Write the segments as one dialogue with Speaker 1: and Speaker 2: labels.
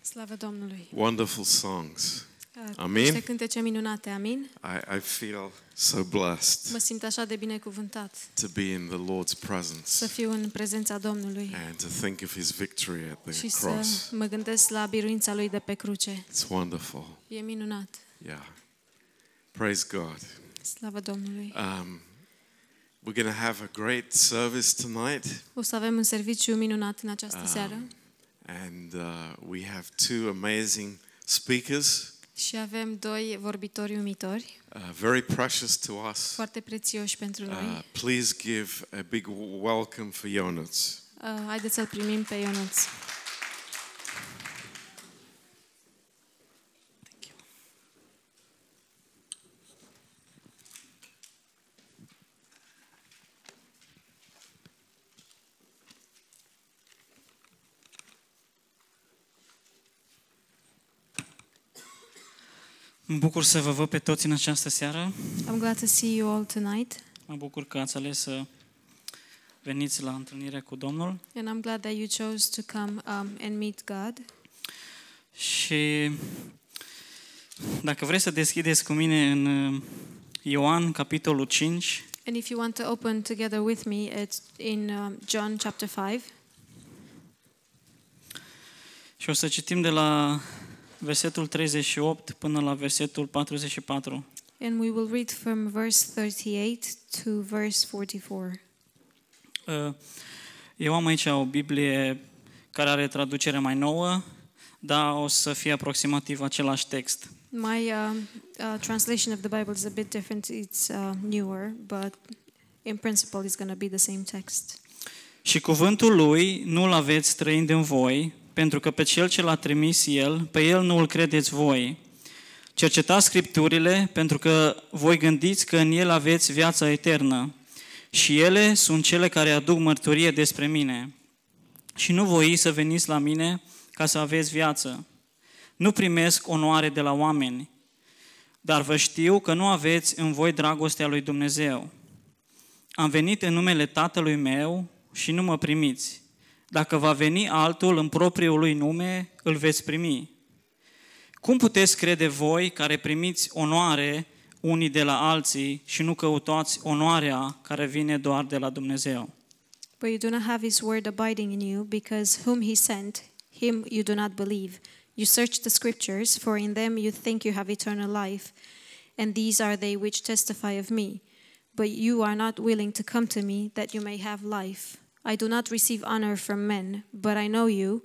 Speaker 1: Slavă Domnului!
Speaker 2: wonderful songs. Amin.
Speaker 1: Niște cântece minunate, amin?
Speaker 2: I, I feel so
Speaker 1: Mă
Speaker 2: blessed
Speaker 1: simt așa de binecuvântat
Speaker 2: to be in the Lord's
Speaker 1: să
Speaker 2: presence
Speaker 1: fiu în prezența Domnului
Speaker 2: and to think of his victory at
Speaker 1: și
Speaker 2: the
Speaker 1: să
Speaker 2: cross.
Speaker 1: mă gândesc la biruința Lui de pe cruce.
Speaker 2: It's wonderful.
Speaker 1: E minunat.
Speaker 2: Yeah. Praise God.
Speaker 1: Slavă Domnului!
Speaker 2: Um, we're going to have a great service tonight,
Speaker 1: O să avem un serviciu minunat în această
Speaker 2: Ah.
Speaker 1: seară
Speaker 2: and uh, we have two amazing speakers,
Speaker 1: și avem doi vorbitori umitori,
Speaker 2: uh, very precious to us.
Speaker 1: foarte prețioși pentru
Speaker 2: Uh,
Speaker 1: noi.
Speaker 2: please give a big w- welcome for Jonas.
Speaker 1: Uh, Haideți să-l primim pe Ionuț.
Speaker 3: Mă bucur să vă văd pe toți în această seară.
Speaker 1: I'm glad to see you all tonight
Speaker 3: Mă bucur că ați ales să veniți la întâlnirea cu Domnul.
Speaker 1: and I'm glad that you chose to come um, and meet God.
Speaker 3: Și dacă vreți să deschideți cu mine în uh, Ioan, capitolul 5,
Speaker 1: And if you want to open together with me, it's in um, John chapter 5.
Speaker 3: și o să citim de la versetul 38 până la versetul 44.
Speaker 1: And we will read from verse 38 to verse 44.
Speaker 3: Uh, Eu am aici o Biblie care are traducere mai nouă, dar o să fie aproximativ același text.
Speaker 1: My um, uh, translation of the Bible is a bit different, it's uh, newer, but in principle, it's going to be the same text.
Speaker 3: Și cuvântul lui nu-l aveți trăind în voi, pentru că pe cel ce l-a trimis el, pe el nu-l credeți voi. Cercetați scripturile, pentru că voi gândiți că în el aveți viața eternă. Și ele sunt cele care aduc mărturie despre mine. Și nu voi să veniți la mine ca să aveți viață. Nu primesc onoare de la oameni, dar vă știu că nu aveți în voi dragostea lui Dumnezeu. Am venit în numele Tatălui meu și nu mă primiți. Dacă va veni altul în propriul lui nume, îl veți primi. Cum puteți crede voi care primiți onoare unii de la alții și nu căutați onoarea care vine doar de la Dumnezeu?
Speaker 1: But you do not have his word abiding in you, because whom he sent, him you do not believe. You search the scriptures, for in them you think you have eternal life, and these are they which testify of me. But you are not willing to come to me, that you may have life. I do not receive honor from men, but I know you,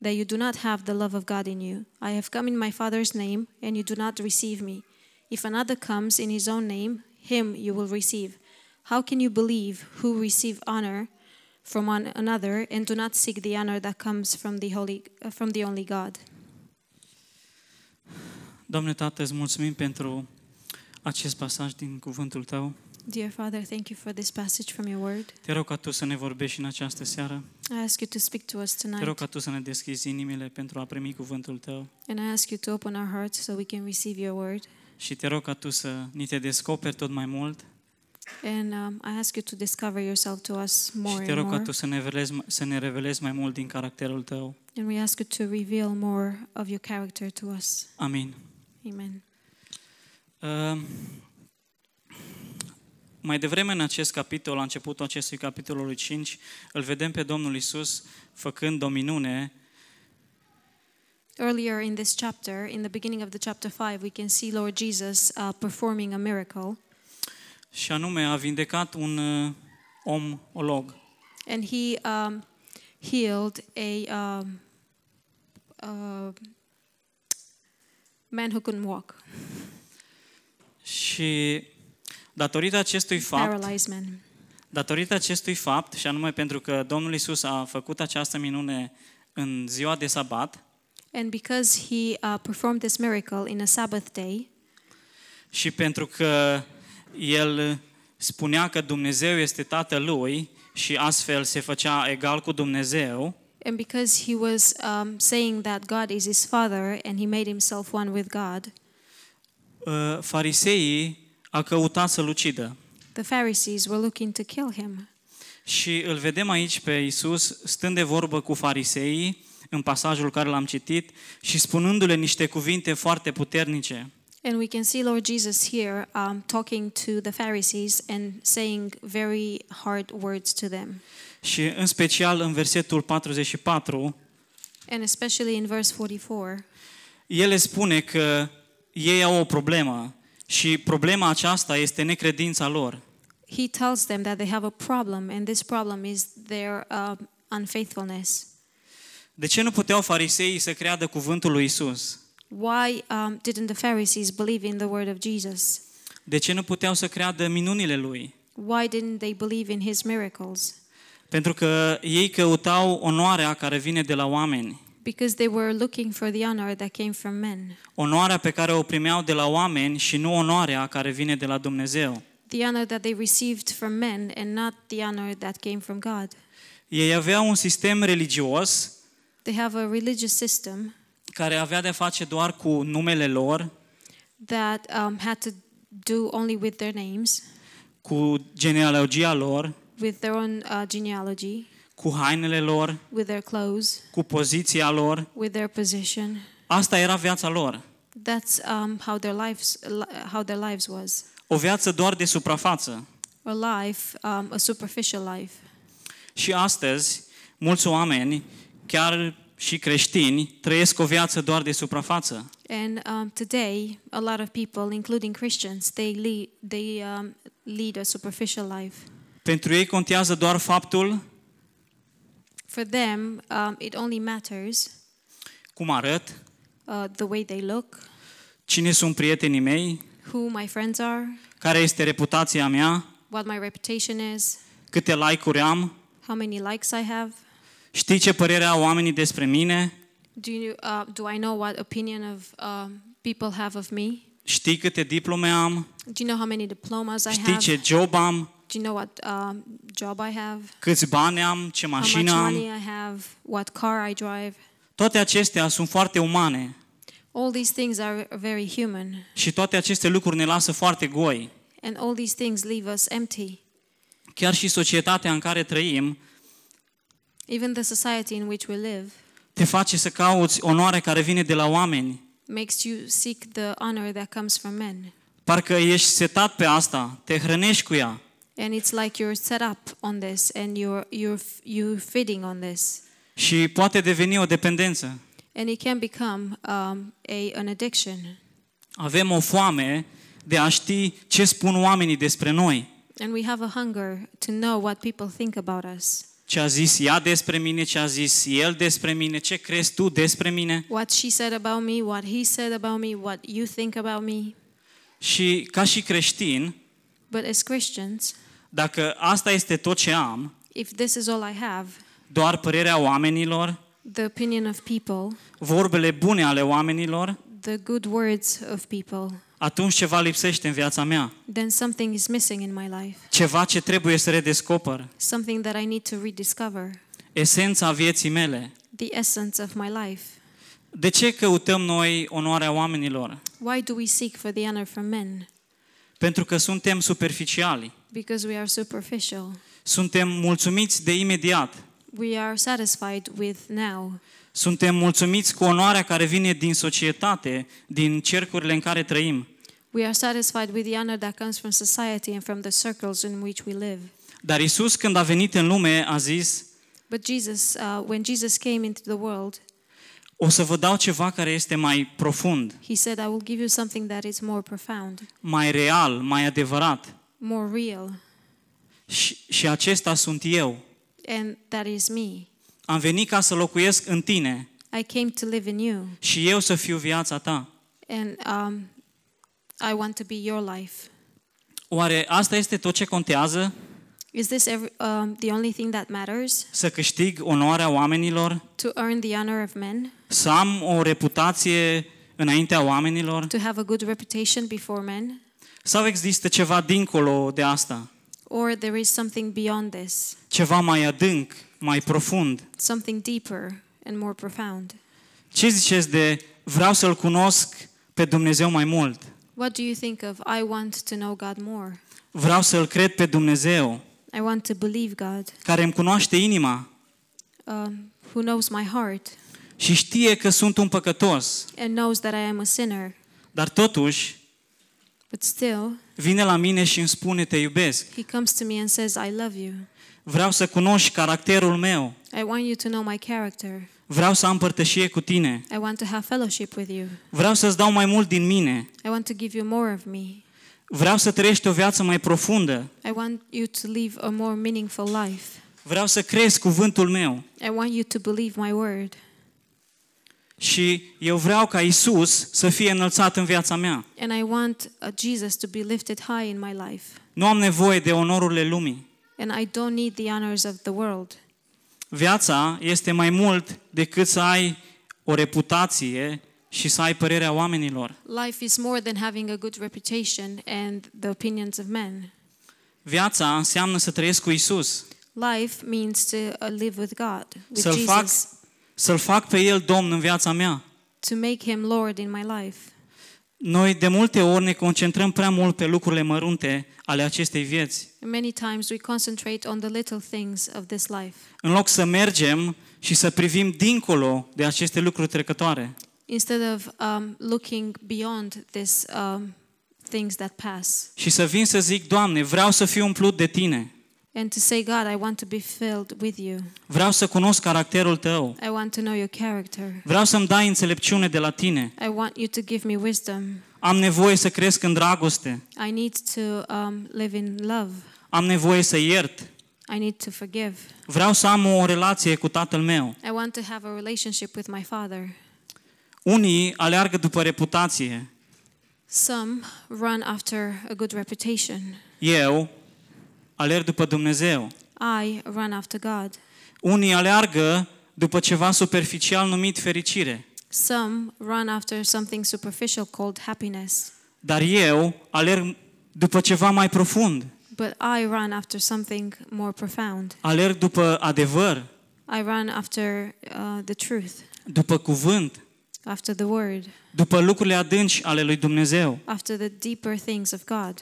Speaker 1: that you do not have the love of God in you. I have come in my Father's name, and you do not receive me. If another comes in his own name, him you will receive. How can you believe who receive honor from one another and do not seek the honor that comes from the holy uh, from the only God?
Speaker 3: Doamne Tată, îți mulțumim pentru acest pasaj din cuvântul Tău.
Speaker 1: Dear Father, thank you for this passage from your word.
Speaker 3: Te rog ca Tu să ne vorbești în această seară.
Speaker 1: I ask you to speak to us
Speaker 3: Te rog
Speaker 1: tonight,
Speaker 3: ca Tu să ne deschizi inimile pentru a primi cuvântul Tău.
Speaker 1: and I ask you to open our hearts so we can receive your word.
Speaker 3: Și te rog ca Tu să ni te descoperi tot mai mult
Speaker 1: And um, I ask you to discover yourself to us
Speaker 3: Și
Speaker 1: more
Speaker 3: te
Speaker 1: and
Speaker 3: rog ca
Speaker 1: more.
Speaker 3: tu să ne, revelezi, să ne revelezi mai mult din caracterul tău.
Speaker 1: And we ask you to reveal more of your character to us.
Speaker 3: Amin.
Speaker 1: Amen.
Speaker 3: Uh, mai devreme în acest capitol, la începutul acestui capitolului 5, îl vedem pe Domnul Isus făcând o minune
Speaker 1: Earlier in this chapter, in the beginning of the chapter 5, we can see Lord Jesus uh, performing a miracle.
Speaker 3: și anume a vindecat un uh, om olog.
Speaker 1: and he um, healed a um, uh, man who couldn't walk,
Speaker 3: Și datorită acestui fapt,
Speaker 1: paralyzed man.
Speaker 3: datorită acestui fapt, și anume pentru că Domnul Isus a făcut această minune în ziua de sabat,
Speaker 1: And because he uh, performed this miracle in a Sabbath day,
Speaker 3: Și pentru că el spunea că Dumnezeu este tatăl lui și astfel se făcea egal cu Dumnezeu,
Speaker 1: and because he was um, saying that God is his father and he made himself one with God,
Speaker 3: uh, fariseii a căutat să-l ucidă.
Speaker 1: the Pharisees were looking to kill him.
Speaker 3: Și îl vedem aici pe Isus stând de vorbă cu fariseii în pasajul care l-am citit și spunându-le niște cuvinte foarte puternice.
Speaker 1: And we can see Lord Jesus here um, talking to the Pharisees and saying very hard words to them.
Speaker 3: Și în special în versetul 44,
Speaker 1: And especially in verse 44,
Speaker 3: el le spune că ei au o problemă și problema aceasta este necredința lor.
Speaker 1: he tells them that they have a problem, and this problem is their uh, unfaithfulness.
Speaker 3: De ce nu puteau fariseii să creadă cuvântul lui Isus?
Speaker 1: Why um, didn't the Pharisees believe in the word of Jesus?
Speaker 3: De ce nu puteau să creadă minunile lui?
Speaker 1: Why didn't they believe in his miracles?
Speaker 3: Pentru că ei căutau onoarea care vine de la oameni,
Speaker 1: Because they were looking for the honor that came from men,
Speaker 3: onoarea pe care o primeau de la oameni și nu onoarea care vine de la Dumnezeu.
Speaker 1: the honor that they received from men and not the honor that came from God.
Speaker 3: Ei aveau un sistem religios
Speaker 1: They have a religious system
Speaker 3: care avea de face doar cu numele lor,
Speaker 1: that um, had to do only with their names,
Speaker 3: cu genealogia lor,
Speaker 1: with their own uh, genealogy,
Speaker 3: cu hainele lor,
Speaker 1: with their clothes,
Speaker 3: cu poziția lor.
Speaker 1: with their position.
Speaker 3: Asta era viața lor.
Speaker 1: That's um, how their lives li- how their lives was.
Speaker 3: O viață doar de suprafață.
Speaker 1: A life, um, a superficial life.
Speaker 3: Și astăzi, mulți oameni, chiar și creștini, trăiesc o viață doar de suprafață.
Speaker 1: And um, today, a lot of people, including Christians, they lead they um, lead a superficial life.
Speaker 3: Pentru ei contează doar faptul
Speaker 1: For them, um, it only matters
Speaker 3: cum arăt,
Speaker 1: uh, the way they look,
Speaker 3: cine sunt prietenii mei,
Speaker 1: who my friends are,
Speaker 3: care este reputația mea,
Speaker 1: what my reputation is,
Speaker 3: câte like-uri am,
Speaker 1: how many likes I have.
Speaker 3: știi ce părere au oamenii despre mine,
Speaker 1: Do you uh, do I know what opinion of um, people have of me?
Speaker 3: știi câte diplome am,
Speaker 1: Do you know how many diplomas I
Speaker 3: știi
Speaker 1: have?
Speaker 3: ce job am,
Speaker 1: Do you know what um, job I have?
Speaker 3: câți bani am, ce
Speaker 1: how much
Speaker 3: mașină am.
Speaker 1: money I have, what car I drive.
Speaker 3: Toate acestea sunt foarte umane
Speaker 1: All these things are very human,
Speaker 3: și toate aceste lucruri ne lasă foarte goi.
Speaker 1: and all these things leave us empty.
Speaker 3: Chiar și societatea în care trăim
Speaker 1: Even the society in which we live
Speaker 3: te face să cauți onoare care vine de la oameni.
Speaker 1: makes you seek the honor that comes from men.
Speaker 3: Parcă ești setat pe asta, te hrănești cu ea.
Speaker 1: And it's like you're set up on this and you're, you're, you're feeding on this.
Speaker 3: Și poate deveni o dependență.
Speaker 1: And it can become um, a, an addiction.
Speaker 3: Avem o foame de a ști ce spun oamenii despre noi.
Speaker 1: And we have a hunger to know what people think about us.
Speaker 3: Ce a zis ea despre mine, ce a zis el despre mine, ce crezi tu despre mine.
Speaker 1: What she said about me, what he said about me, what you think about me.
Speaker 3: Și ca și creștin,
Speaker 1: But as Christians,
Speaker 3: dacă asta este tot ce am,
Speaker 1: if this is all I have,
Speaker 3: doar părerea oamenilor,
Speaker 1: the opinion of people,
Speaker 3: vorbele bune ale oamenilor,
Speaker 1: the good words of people,
Speaker 3: atunci ceva lipsește în viața mea.
Speaker 1: then something is missing in my life,
Speaker 3: Ceva ce trebuie să redescoper.
Speaker 1: something that I need to rediscover,
Speaker 3: Esența vieții mele.
Speaker 1: the essence of my life.
Speaker 3: De ce căutăm noi onoarea oamenilor?
Speaker 1: Why do we seek for the honor from men?
Speaker 3: Pentru că suntem superficiali.
Speaker 1: Because we are superficial.
Speaker 3: Suntem mulțumiți de imediat.
Speaker 1: We are satisfied with now.
Speaker 3: Suntem mulțumiți cu onoarea care vine din societate, din cercurile în care trăim.
Speaker 1: We are satisfied with the honor that comes from society and from the circles in which we live.
Speaker 3: Dar Isus, când a venit în lume, a zis,
Speaker 1: But Jesus, uh, when Jesus came into the world,
Speaker 3: o să vă dau ceva care este mai profund,
Speaker 1: he said, I will give you something that is more profound,
Speaker 3: mai real, mai adevărat.
Speaker 1: more real,
Speaker 3: Și, și acesta sunt eu.
Speaker 1: and that is me.
Speaker 3: Am venit ca să locuiesc în tine
Speaker 1: I came to live in you,
Speaker 3: și eu să fiu viața ta.
Speaker 1: and um, I want to be your life.
Speaker 3: Oare asta este tot ce contează?
Speaker 1: Is this every, um, the only thing that matters?
Speaker 3: Să câștig onoarea oamenilor?
Speaker 1: To earn the honor of men?
Speaker 3: Să am o reputație înaintea oamenilor?
Speaker 1: To have a good reputation before men?
Speaker 3: Sau există ceva dincolo de asta?
Speaker 1: Or there is something beyond this,
Speaker 3: Ceva mai adânc, mai profund?
Speaker 1: something deeper and more profound?
Speaker 3: Ce ziceți de vreau să-L cunosc pe Dumnezeu mai mult?
Speaker 1: What do you think of I want to know God more?
Speaker 3: Vreau să-L cred pe Dumnezeu,
Speaker 1: I want to believe God,
Speaker 3: care îmi cunoaște inima,
Speaker 1: um, who knows my heart,
Speaker 3: și știe că sunt un păcătos,
Speaker 1: and knows that I am a sinner,
Speaker 3: dar totuși
Speaker 1: but still
Speaker 3: vine la mine și îmi spune te iubesc.
Speaker 1: he comes to me and says, I love you.
Speaker 3: Vreau să cunoști caracterul meu.
Speaker 1: I want you to know my character.
Speaker 3: Vreau să am părtășie cu tine.
Speaker 1: I want to have fellowship with you.
Speaker 3: Vreau să-ți dau mai mult din mine.
Speaker 1: I want to give you more of me.
Speaker 3: Vreau să trăiești o viață mai profundă.
Speaker 1: I want you to live a more meaningful life.
Speaker 3: Vreau să crezi cuvântul meu.
Speaker 1: I want you to believe my word.
Speaker 3: Și eu vreau ca Isus să fie înălțat în viața mea.
Speaker 1: And I want uh, Jesus to be lifted high in my life.
Speaker 3: Nu am nevoie de onorurile lumii.
Speaker 1: And I don't need the honors of the world.
Speaker 3: Viața este mai mult decât să ai o reputație și să ai părerea oamenilor.
Speaker 1: Life is more than having a good reputation and the opinions of men.
Speaker 3: Viața înseamnă să trăiesc cu Isus,
Speaker 1: Life means to uh, live with God, with
Speaker 3: Să-l fac-
Speaker 1: Jesus,
Speaker 3: să-L fac pe El Domn în viața mea.
Speaker 1: to make Him Lord in my life.
Speaker 3: Noi de multe ori ne concentrăm prea mult pe lucrurile mărunte ale acestei vieți,
Speaker 1: Many times we concentrate on the little things of this life
Speaker 3: în loc să mergem și să privim dincolo de aceste lucruri trecătoare.
Speaker 1: instead of um, looking beyond these um, things that pass
Speaker 3: Și să vin să zic, Doamne, vreau să fiu umplut de Tine,
Speaker 1: and to say, God, I want to be filled with you.
Speaker 3: vreau să cunosc caracterul Tău,
Speaker 1: I want to know your character.
Speaker 3: vreau să-mi dai înțelepciune de la Tine,
Speaker 1: I want you to give me wisdom.
Speaker 3: am nevoie să cresc în dragoste,
Speaker 1: I need to um, live in love.
Speaker 3: am nevoie să iert,
Speaker 1: I need to forgive.
Speaker 3: vreau să am o relație cu Tatăl meu.
Speaker 1: I want to have a relationship with my Father.
Speaker 3: Unii aleargă după reputație,
Speaker 1: Some run after a good reputation.
Speaker 3: eu alerg după Dumnezeu.
Speaker 1: I run after God.
Speaker 3: Unii aleargă după ceva superficial numit fericire,
Speaker 1: Some run after something superficial called happiness.
Speaker 3: dar eu alerg după ceva mai profund,
Speaker 1: But I run after something more profound.
Speaker 3: alerg după adevăr,
Speaker 1: I run after uh, the truth,
Speaker 3: după cuvânt,
Speaker 1: after the word,
Speaker 3: după lucrurile adânci ale lui Dumnezeu.
Speaker 1: after the deeper things of God.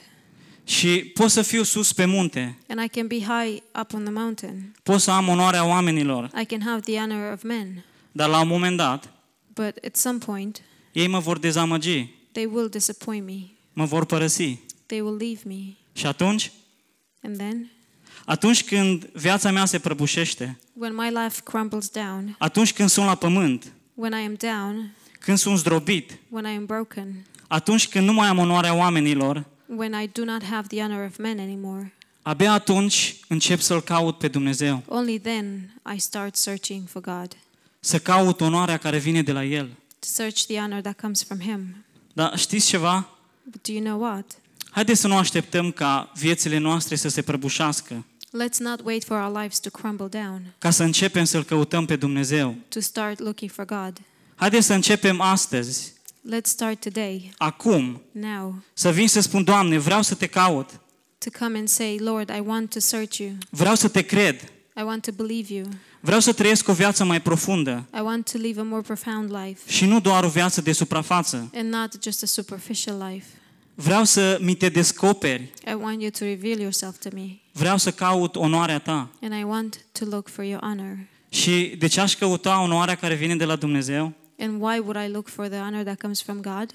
Speaker 3: Și pot să fiu sus pe munte,
Speaker 1: And I can be high up on the mountain.
Speaker 3: pot să am onoarea oamenilor,
Speaker 1: I can have the honor of men.
Speaker 3: dar la un moment dat
Speaker 1: But at some point,
Speaker 3: ei mă vor dezamăgi,
Speaker 1: they will disappoint me.
Speaker 3: mă vor părăsi.
Speaker 1: They will leave me.
Speaker 3: Și atunci,
Speaker 1: And then,
Speaker 3: atunci când viața mea se prăbușește,
Speaker 1: when my life crumbles down,
Speaker 3: atunci când sunt la pământ,
Speaker 1: when I am down,
Speaker 3: când sunt zdrobit,
Speaker 1: when I am broken,
Speaker 3: atunci când nu mai am onoarea oamenilor,
Speaker 1: when I do not have the honor of men anymore,
Speaker 3: Abia atunci încep să-L caut pe Dumnezeu,
Speaker 1: only then I start searching for God,
Speaker 3: să caut onoarea care vine de la El.
Speaker 1: to search the honor that comes from Him.
Speaker 3: Dar știți ceva?
Speaker 1: But do you know what?
Speaker 3: Haideți să nu așteptăm ca viețile noastre să se prăbușească,
Speaker 1: Let's not wait for our lives to crumble down,
Speaker 3: ca să începem să-L căutăm pe Dumnezeu.
Speaker 1: to start looking for God.
Speaker 3: Haideți să începem astăzi,
Speaker 1: Let's start today,
Speaker 3: acum,
Speaker 1: now,
Speaker 3: să vin să spun, Doamne, vreau să te caut,
Speaker 1: to come and say, Lord, I want to search you.
Speaker 3: vreau să te cred,
Speaker 1: I want to believe you.
Speaker 3: vreau să trăiesc o viață mai profundă
Speaker 1: I want to live a more profound life
Speaker 3: și nu doar o viață de suprafață.
Speaker 1: and not just a superficial life.
Speaker 3: Vreau să mi te descoperi,
Speaker 1: I want you to reveal yourself to me
Speaker 3: vreau să caut onoarea ta.
Speaker 1: and I want to look for your honor.
Speaker 3: Și de ce aș căuta onoarea care vine de la Dumnezeu?
Speaker 1: And why would I look for the honor that comes from God?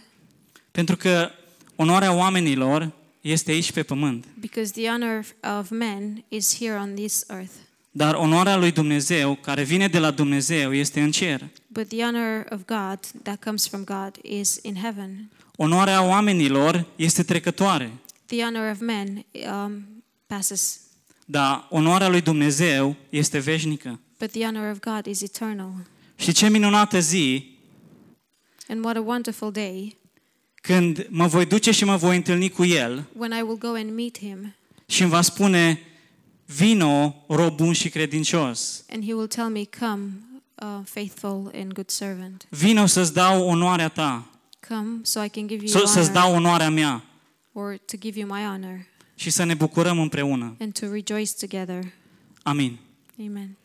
Speaker 3: Pentru că onoarea oamenilor este aici pe pământ,
Speaker 1: Because the honor of men is here on this earth,
Speaker 3: dar onoarea lui Dumnezeu, care vine de la Dumnezeu, este în cer.
Speaker 1: but the honor of God that comes from God is in heaven.
Speaker 3: Onoarea oamenilor este trecătoare,
Speaker 1: The honor of men um, passes,
Speaker 3: dar onoarea lui Dumnezeu este veșnică.
Speaker 1: but the honor of God is eternal.
Speaker 3: Și ce minunată zi
Speaker 1: And what a wonderful day
Speaker 3: când mă voi duce și mă voi întâlni cu El
Speaker 1: when I will go and meet him
Speaker 3: și îmi va spune, vino, rob bun și credincios,
Speaker 1: and he will tell me, Come, uh, faithful and good servant.
Speaker 3: vino să-ți dau onoarea ta,
Speaker 1: Come, so I can give you
Speaker 3: să- să-ți
Speaker 1: honor
Speaker 3: dau onoarea mea
Speaker 1: or to give you my honor
Speaker 3: și să ne bucurăm împreună.
Speaker 1: and to rejoice together.
Speaker 3: Amin.
Speaker 1: Amen.